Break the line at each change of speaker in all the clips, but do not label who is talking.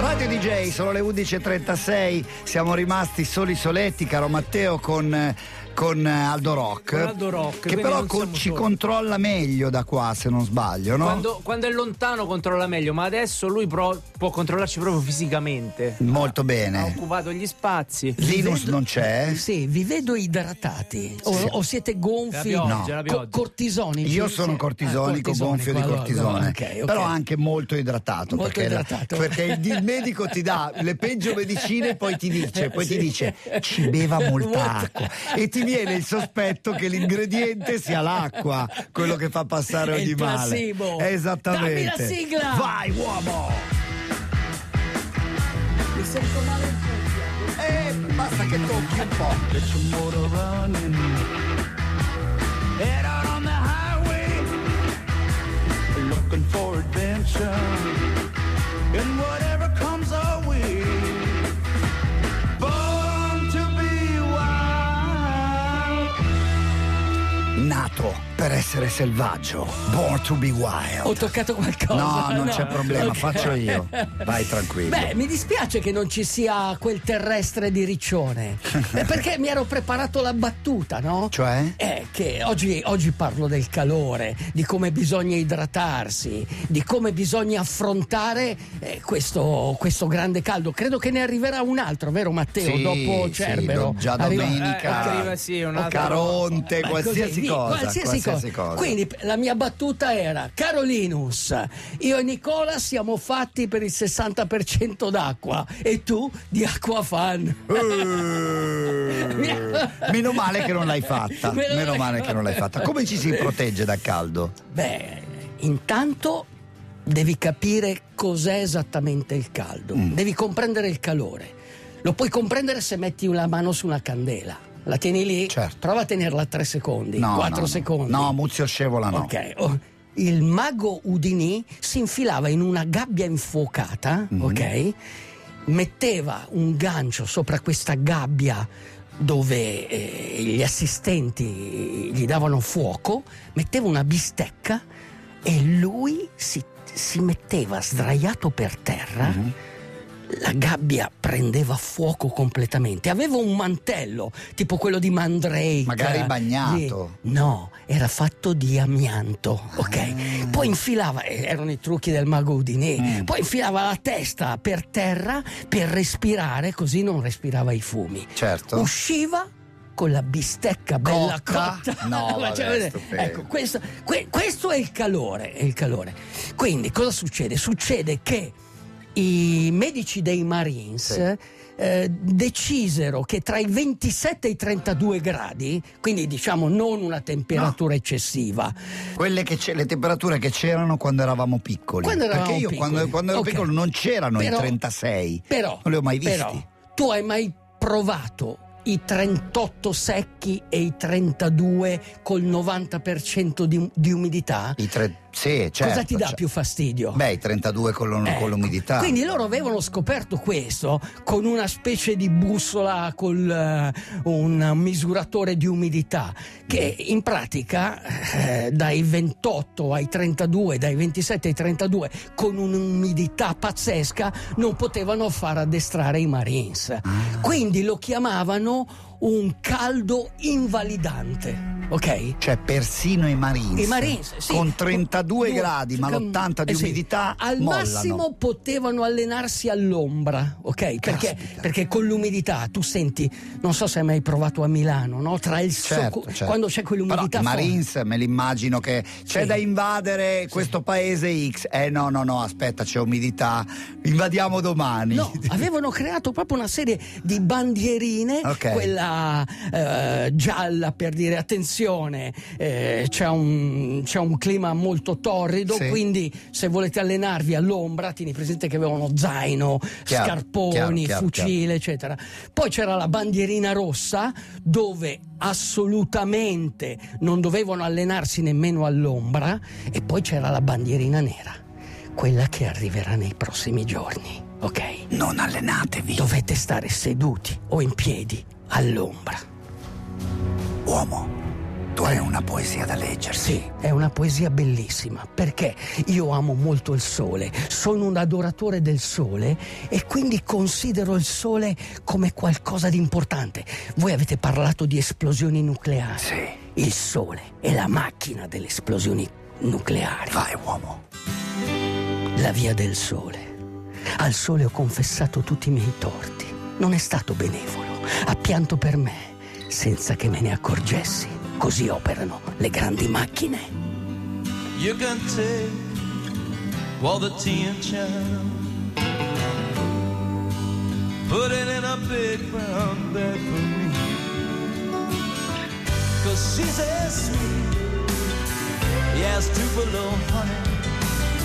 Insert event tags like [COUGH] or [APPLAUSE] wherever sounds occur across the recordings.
Radio DJ, sono le 11.36, siamo rimasti soli soletti, caro Matteo, con, con Aldo Rock.
Con Aldo Rock,
che
quindi
però
non
co-
siamo
ci
soli.
controlla meglio da qua, se non sbaglio, no?
Quando, quando è lontano controlla meglio, ma adesso lui pro- può controllarci proprio fisicamente.
Molto
Ha
bene.
occupato gli spazi.
Linus non c'è.
Sì, vi vedo idratati. O,
Sì.
o siete
La
gonfi?
pioggia,
No.
la
Co-
pioggia.
cortisonici?
Io sono
Sì.
cortisonico,
Ah,
gonfio di
allora,
cortisone,
no, ok, ok.
però anche molto idratato.
Molto
perché, la-
idratato.
perché il, il medico ti dà le peggio medicine e poi ti dice, poi
Sì.
ti dice ci beva molta acqua e ti viene il sospetto che l'ingrediente sia l'acqua, quello che fa passare
È il
ogni male.
placebo.
Esattamente.
Dammi la sigla!
Vai uomo!
Mi sento male in cuffia.
Eh, basta che tocchi un po'. Get your motor running. Head out on the highway. Looking for adventure. And whatever comes our way. Born to be wild. Nato per essere selvaggio. Born to be wild.
Ho toccato qualcosa.
Oh, No, non c'è problema, [LAUGHS]
Ok.
faccio io. Vai tranquillo.
Beh, mi dispiace che non ci sia quel terrestre
[LAUGHS]
di Riccione. Eh, perché mi ero preparato la battuta, no?
Cioè?
Eh, che oggi, oggi parlo del calore, di come bisogna idratarsi, di come bisogna affrontare eh, questo, questo grande caldo. Credo che ne arriverà un altro, vero Matteo?
Sì,
Dopo
sì,
Cerbero.
do- già
Arriva-
domenica,
Eh, arriva, sì, un altro-
Caronte,
Ma
qualsiasi
cos'è? Di-
cosa,
qualsiasi cosa. Quindi p- la mia battuta era: Carolinus, io e Nicola siamo fatti per il 60% d'acqua e tu di acqua fan.
Eh, Meno male che non l'hai fatta.
Meno
Meno
male-
male che non l'hai fatta. Come ci si protegge dal caldo?
Beh, intanto devi capire cos'è esattamente il caldo,
Mm.
devi comprendere il calore. Lo puoi comprendere se metti una mano su una candela. La tieni lì,
Certo.
prova a tenerla 3 secondi, 4
no.
secondi.
No, Muzio Scevola no.
Ok. oh, Il mago Udinì si infilava in una gabbia infuocata,
Mhm.
ok? Metteva un gancio sopra questa gabbia dove eh, gli assistenti gli davano fuoco, metteva una bistecca e lui si, si metteva sdraiato per terra.
Mhm.
La gabbia prendeva fuoco completamente. Aveva un mantello, tipo quello di Mandrake.
Magari bagnato.
Di- No, era fatto di amianto, ok?
Ah.
Poi infilava, eh, erano i trucchi del mago Udinè,
Mm.
poi infilava la testa per terra per respirare, così non respirava i fumi.
Certo.
Usciva con la bistecca bella
Cotta?
cotta.
No,
[LAUGHS] Ma
vabbè,
vedete,
stupendo.
ecco, questo, que- questo è il calore, è il calore. Quindi cosa succede? Succede che i medici dei Marines
Sì.
eh, decisero che tra i 27 e i 32 gradi, quindi diciamo non una temperatura eccessiva,
Quelle che c'è- le temperature che c'erano quando eravamo piccoli.
Quando eravamo
Perché io
piccoli.
Quando, quando ero
Ok.
piccolo non c'erano i
Però-
36.
però,
Non li ho mai visti.
però, tu hai mai provato i 38 secchi e i 32 col 90% di, di umidità?
I tre, sì, certo.
Cosa ti dà
cioè-
più fastidio?
Beh, i 32 con, l'um-
Ecco.
con l'umidità.
Quindi loro avevano scoperto questo con una specie di bussola con un misuratore di umidità che
Mm.
in pratica eh, dai 28 ai 32, dai 27 ai 32 con un'umidità pazzesca non potevano far addestrare i Marines.
Ah.
Quindi lo chiamavano un caldo invalidante, ok?
Cioè, persino i Marines,
I Marines, sì.
con 32
Due-
gradi, ma
con-
l'80 di
eh sì.
umidità
Al
mollano.
massimo potevano allenarsi all'ombra, ok? Perché,
Caspita.
perché con l'umidità tu senti, non so se hai mai provato a Milano, no? Tra il
Certo,
socco,
certo.
quando c'è
Però
quell'umidità
i
forte.
Marines me l'immagino che c'è
Sì.
da invadere questo paese X. Eh no, no, no, aspetta, c'è umidità. Invadiamo domani. [LAUGHS]
No, avevano creato proprio una serie di bandierine,
Ok.
quella eh, gialla per dire attenzione, eh, c'è, un, c'è un clima molto torrido,
Sì.
quindi se volete allenarvi all'ombra, tieni presente che avevano zaino,
Chiaro,
scarponi,
chiaro, chiaro,
fucile, eccetera. Poi c'era la bandierina rossa dove assolutamente non dovevano allenarsi nemmeno all'ombra e poi c'era la bandierina nera, quella che arriverà nei prossimi giorni, ok?
Non allenatevi,
Dovete stare seduti o in piedi all'ombra.
uomo. tu hai una poesia da leggersi.
Sì, è una poesia bellissima perché io amo molto il sole, sono un adoratore del sole e quindi considero il sole come qualcosa di importante. Voi avete parlato di esplosioni nucleari.
Sì.
Il sole è la macchina delle esplosioni nucleari.
Vai uomo.
La via del sole. Al sole ho confessato tutti i miei torti. Non è stato benevolo. Ha pianto per me, senza che me ne accorgessi. Così operano le grandi macchine.
You can take all the tea and child, put it in a big brown bag for me. Cause she's as sweet, yes, Tupelo honey.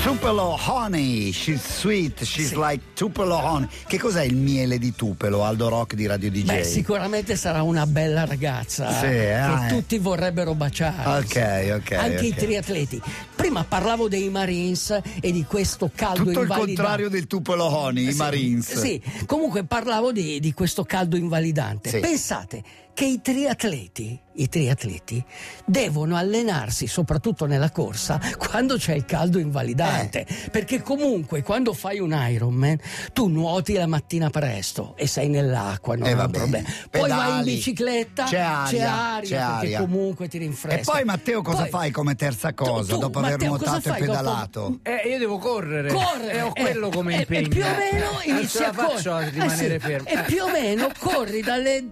Tupelo honey, she's sweet, she's
Sì.
like Tupelo honey. Che cos'è il miele di Tupelo, Aldo Rock di Radio DJ?
Beh, sicuramente sarà una bella ragazza
Sì,
che
ah, eh.
tutti vorrebbero baciare.
Ok, ok.
Anche i
ok.
triatleti. Prima parlavo dei Marines e di questo caldo
Tutto il
invalidante.
contrario del Tupelo honey, i
Eh Sì,
Marines.
Sì, comunque parlavo di, di questo caldo invalidante.
Sì.
Pensate che i triatleti, i triatleti devono allenarsi, soprattutto nella corsa, [LAUGHS] quando c'è il caldo invalidante.
Eh.
Perché comunque quando fai un Ironman, tu nuoti la mattina presto e sei nell'acqua, non
Eh,
è
va
un
bene.
problema. Poi
Pedali.
vai in bicicletta,
C'è aria, c'è
perché
aria.
comunque ti rinfresca.
E poi Matteo cosa
Poi-
fai come terza
Tu-
cosa
tu,
dopo aver
Matteo, cosa
nuotato e
fai dopo- Mm.
pedalato?
Eh, io devo correre.
correre
E ho quello
Eh,
come
eh,
impegno.
e più o meno
Eh, non
inizi
ce la
a correre
faccio a
Eh,
rimanere
sì.
fermo.
e più o meno corri dalle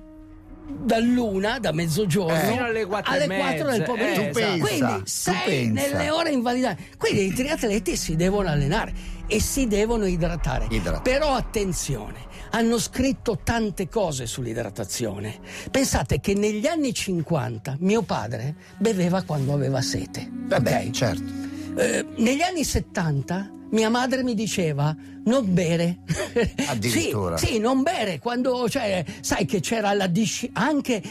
dall'una da mezzogiorno
Eh.
Fino alle quattro e mezza.
quattro del pomeriggio
Eh, Tu
pensa,
quindi
tu
sei
pensa.
nelle ore invalidate quindi i triatleti si devono allenare e si devono idratare
Idrata.
però attenzione hanno scritto tante cose sull'idratazione pensate che negli anni 50 mio padre beveva quando aveva sete
Vabbè,
ok?
certo.
Eh, negli anni 70 mia madre mi diceva non bere.
[LAUGHS] Addirittura.
sì, sì, non bere. Quando, cioè, sai che c'era la disciplina, anche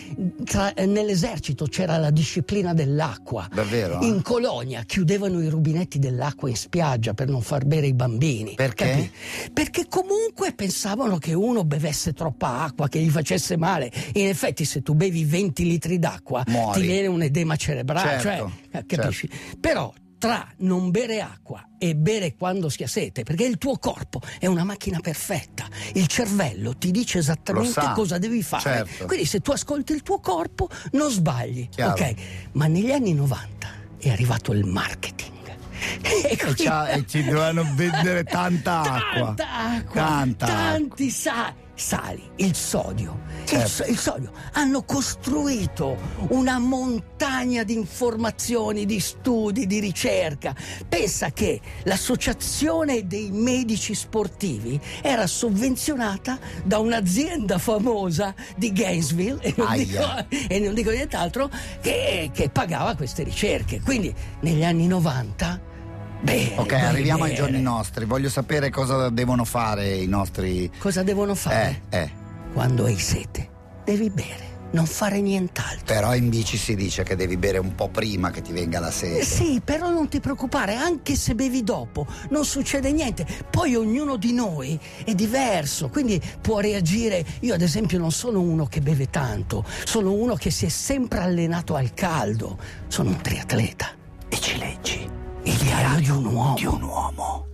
tra- eh, nell'esercito c'era la disciplina dell'acqua.
Davvero? eh?
In colonia chiudevano i rubinetti dell'acqua in spiaggia per non far bere i bambini.
Perché?
Perché comunque pensavano che uno bevesse troppa acqua, che gli facesse male. In effetti, se tu bevi 20 litri d'acqua,
Muori.
ti viene un edema cerebrale.
Certo,
cioè, eh, capisci? Però tra non bere acqua e bere quando si ha sete, perché il tuo corpo è una macchina perfetta, il cervello ti dice esattamente
sa,
cosa devi fare.
certo.
Quindi se tu ascolti il tuo corpo non sbagli.
Chiaro.
Ok, ma negli anni 90 è arrivato il marketing. E, quindi-
c'ha- e ci dovevano vendere tanta acqua.
[LAUGHS] Tanta acqua,
Tanta
tanti sa- sali, il sodio. Il
Certo.
so- Il, sodio. Hanno costruito una montagna di informazioni, di studi, di ricerca. Pensa che l'associazione dei medici sportivi era sovvenzionata da un'azienda famosa di Gainesville e non, dico,
Aia.
e non dico nient'altro che, che pagava queste ricerche. Quindi negli anni 90... Bene,
Ok,
Eh, bene,
arriviamo ai
bene.
giorni nostri. Voglio sapere cosa devono fare i nostri.
Cosa devono
Eh,
fare?
eh.
Quando hai sete, devi bere, non fare nient'altro.
Però in bici si dice che devi bere un po' prima che ti venga la
Eh
sete.
Sì, però non ti preoccupare, anche se bevi dopo, non succede niente. Poi ognuno di noi è diverso, quindi può reagire. Io ad esempio non sono uno che beve tanto, sono uno che si è sempre allenato al caldo. Sono un triatleta.
E ci leggi
Il diario di un uomo.
di un uomo.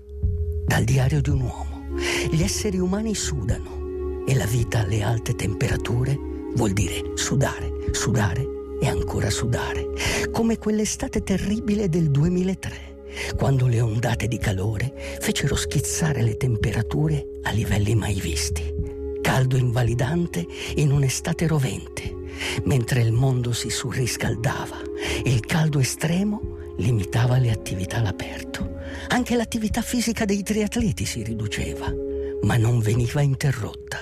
Dal diario di un uomo. Gli esseri umani sudano e la vita alle alte temperature vuol dire sudare, sudare e ancora sudare, come quell'estate terribile del 2003, quando le ondate di calore fecero schizzare le temperature a livelli mai visti. Caldo invalidante in un'estate rovente, mentre il mondo si surriscaldava, il caldo estremo limitava le attività all'aperto. Anche l'attività fisica dei triatleti si riduceva, ma non veniva interrotta.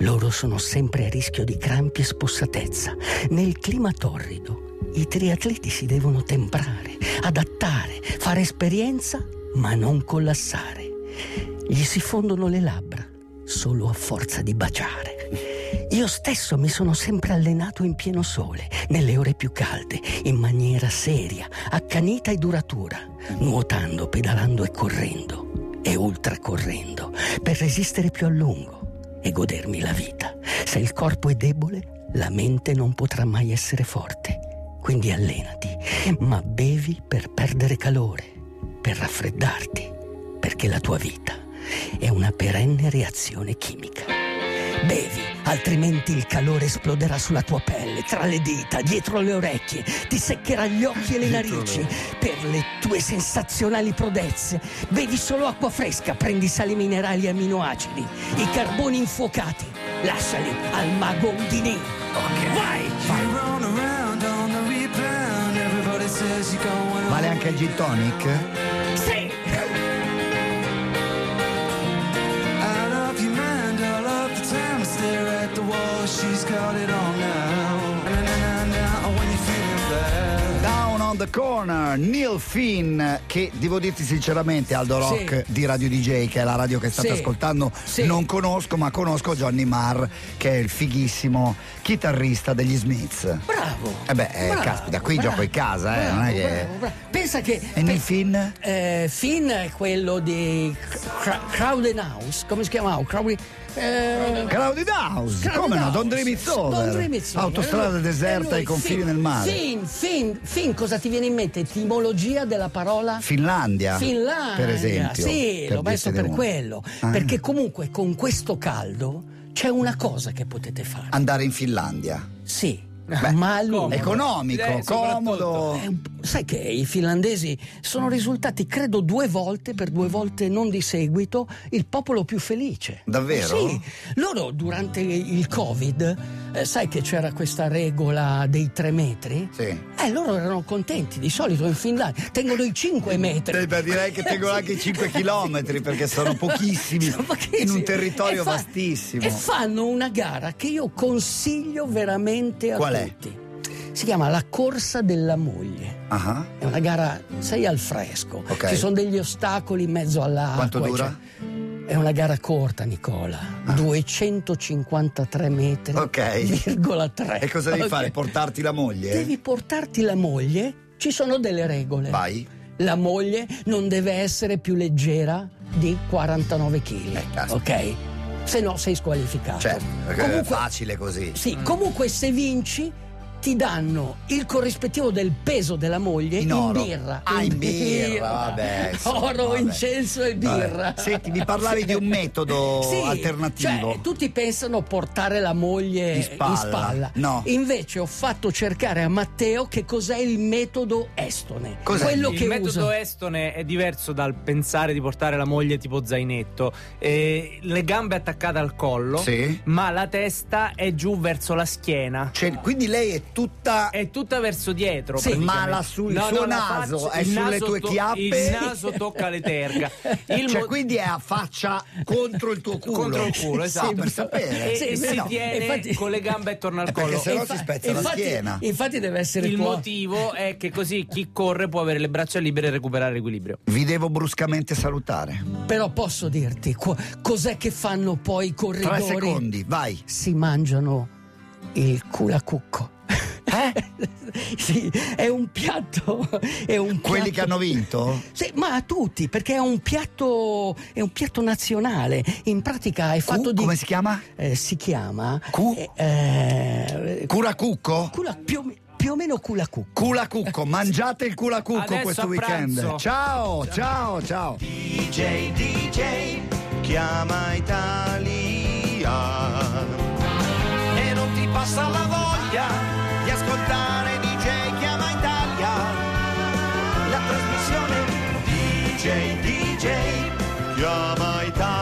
Loro sono sempre a rischio di crampi e spossatezza. Nel clima torrido i triatleti si devono temprare, adattare, fare esperienza, ma non collassare. Gli si fondono le labbra solo a forza di baciare. Io stesso mi sono sempre allenato in pieno sole, nelle ore più calde, in maniera seria, accanita e duratura, nuotando, pedalando e correndo e ultracorrendo per resistere più a lungo e godermi la vita. Se il corpo è debole, la mente non potrà mai essere forte. Quindi allenati, ma bevi per perdere calore, per raffreddarti, perché la tua vita è una perenne reazione chimica. Bevi, altrimenti il calore esploderà sulla tua pelle, tra le dita, dietro le orecchie, ti seccherà gli occhi e le narici per le tue sensazionali prodezze. Bevi solo acqua fresca, prendi sali minerali e aminoacidi, i carboni infuocati, lasciali al mago Houdini. Vai!
Vale anche il gin tonic?
Sì!
She's got it on now. Na, na, na, na, when you're feeling bad.
Down on the corner, Neil Finn, che devo dirti sinceramente, Aldo Rock di Radio DJ, che è la radio che state
Sì.
ascoltando,
Sì.
non conosco, ma conosco Johnny Marr, che è il fighissimo chitarrista degli Smiths.
Bravo!
Eh beh, eh,
bravo,
caspita, qui
bravo,
gioco in casa, eh, non è che-
bravo, bravo. Pensa che...
E Neil Finn?
Eh, Finn è quello di Cra- Crowden House, come si chiama? Crowden... eh,
Crowded House, come no? Don Dream It's Over.
Don't Dream It's Over.
Autostrada
Eh,
deserta
eh,
e confini
Finn,
nel mare.
Finn, Finn, Finn, cosa ti viene in mente? Etimologia della parola?
Finlandia,
Finlandia,
per esempio.
Sì,
per
l'ho messo
dirtene
per
uno.
quello.
Ah.
Perché comunque con questo caldo c'è una cosa che potete fare.
Andare in Finlandia.
Sì.
Beh,
ma allora
Economico,
Eh, soprattutto.
comodo.
è un po'- sai che i finlandesi sono risultati, credo, due volte, per due volte non di seguito, il popolo più felice.
Davvero?
Sì. Loro durante il Covid, eh, sai che c'era questa regola dei tre metri?
Sì.
Eh, loro erano contenti, di solito in Finlandia tengono i 5 metri.
Eh, beh, direi che tengono anche i
[LAUGHS]
cinque chilometri, perché sono pochissimi, in un territorio
E fa-
vastissimo.
E fanno una gara che io consiglio veramente a
Qual è?
tutti. Si chiama la corsa della moglie.
Ah,
È una gara, sei al fresco,
Ok.
ci sono degli ostacoli in mezzo all'acqua.
Quanto dura? Ah.
eccetera. È una gara corta, Nicola. 253 metri.
Ok.
Virgola 3.
E cosa devi
Ok.
fare? Portarti eh? la moglie?
Devi portarti la moglie, ci sono delle regole.
Vai.
La moglie non deve essere più leggera di 49 kg.
Eh, caspita.
ok? Se no sei squalificato.
Certo, perché è
Ah, comunque,
facile così.
sì,
Mm.
comunque se vinci ti danno il corrispettivo del peso della moglie in,
In oro.
birra.
Ah, in birra, vabbè, insomma,
Oro,
vabbè.
incenso e birra.
Vabbè. Senti, mi parlavi di un metodo
[LAUGHS] Sì,
alternativo.
Cioè, tutti pensano portare la moglie
In
in
spalla.
spalla.
No.
Invece ho fatto cercare a Matteo che cos'è il metodo estone.
Cos'è?
Quello
il
che
metodo
usa.
estone è diverso dal pensare di portare la moglie tipo zainetto. Eh, le gambe attaccate al collo,
Sì.
ma la testa è giù verso la schiena.
Cioè, quindi lei è tutta
È tutta verso dietro.
Sì,
praticamente.
ma la sul- suo
la
naso,
faccia-
è
il
sulle
naso
tue
to-
chiappe?
Il naso tocca le terga.
[LAUGHS]
Il
cioè,
mo-
quindi è a faccia contro il
[LAUGHS]
tuo culo.
Contro il culo,
Sì,
esatto.
per sapere.
E,
Sì,
e
beh,
si
no,
tiene
infatti-
con le gambe attorno
Eh,
al
perché
collo.
se no
Infa-
si spezza la
infatti-
schiena.
Infatti deve essere
Il
qua.
motivo è che così chi corre può avere le braccia libere e recuperare l'equilibrio.
Vi devo bruscamente salutare.
Però posso dirti co- cos'è che fanno poi i
Tre
corridori?
secondi, vai.
Si mangiano il culacucco.
Eh?
sì, è un piatto. È un
Quelli che
piatto-
hanno vinto?
Sì, ma a tutti, perché è un piatto, è un piatto nazionale. In pratica è fatto
Cu-
di.
Come si chiama?
eh, si chiama.
Cu-
eh, eh,
Curacucco?
cula- più, o me- più o meno culacucco.
Culacucco, mangiate il culacucco
Adesso
questo
a
weekend.
pranzo.
Ciao, ciao, ciao.
DJ, DJ, chiama Italia. E non ti passa la voglia di ascoltare DJ, chiama Italia. La trasmissione DJ, DJ, chiama Italia.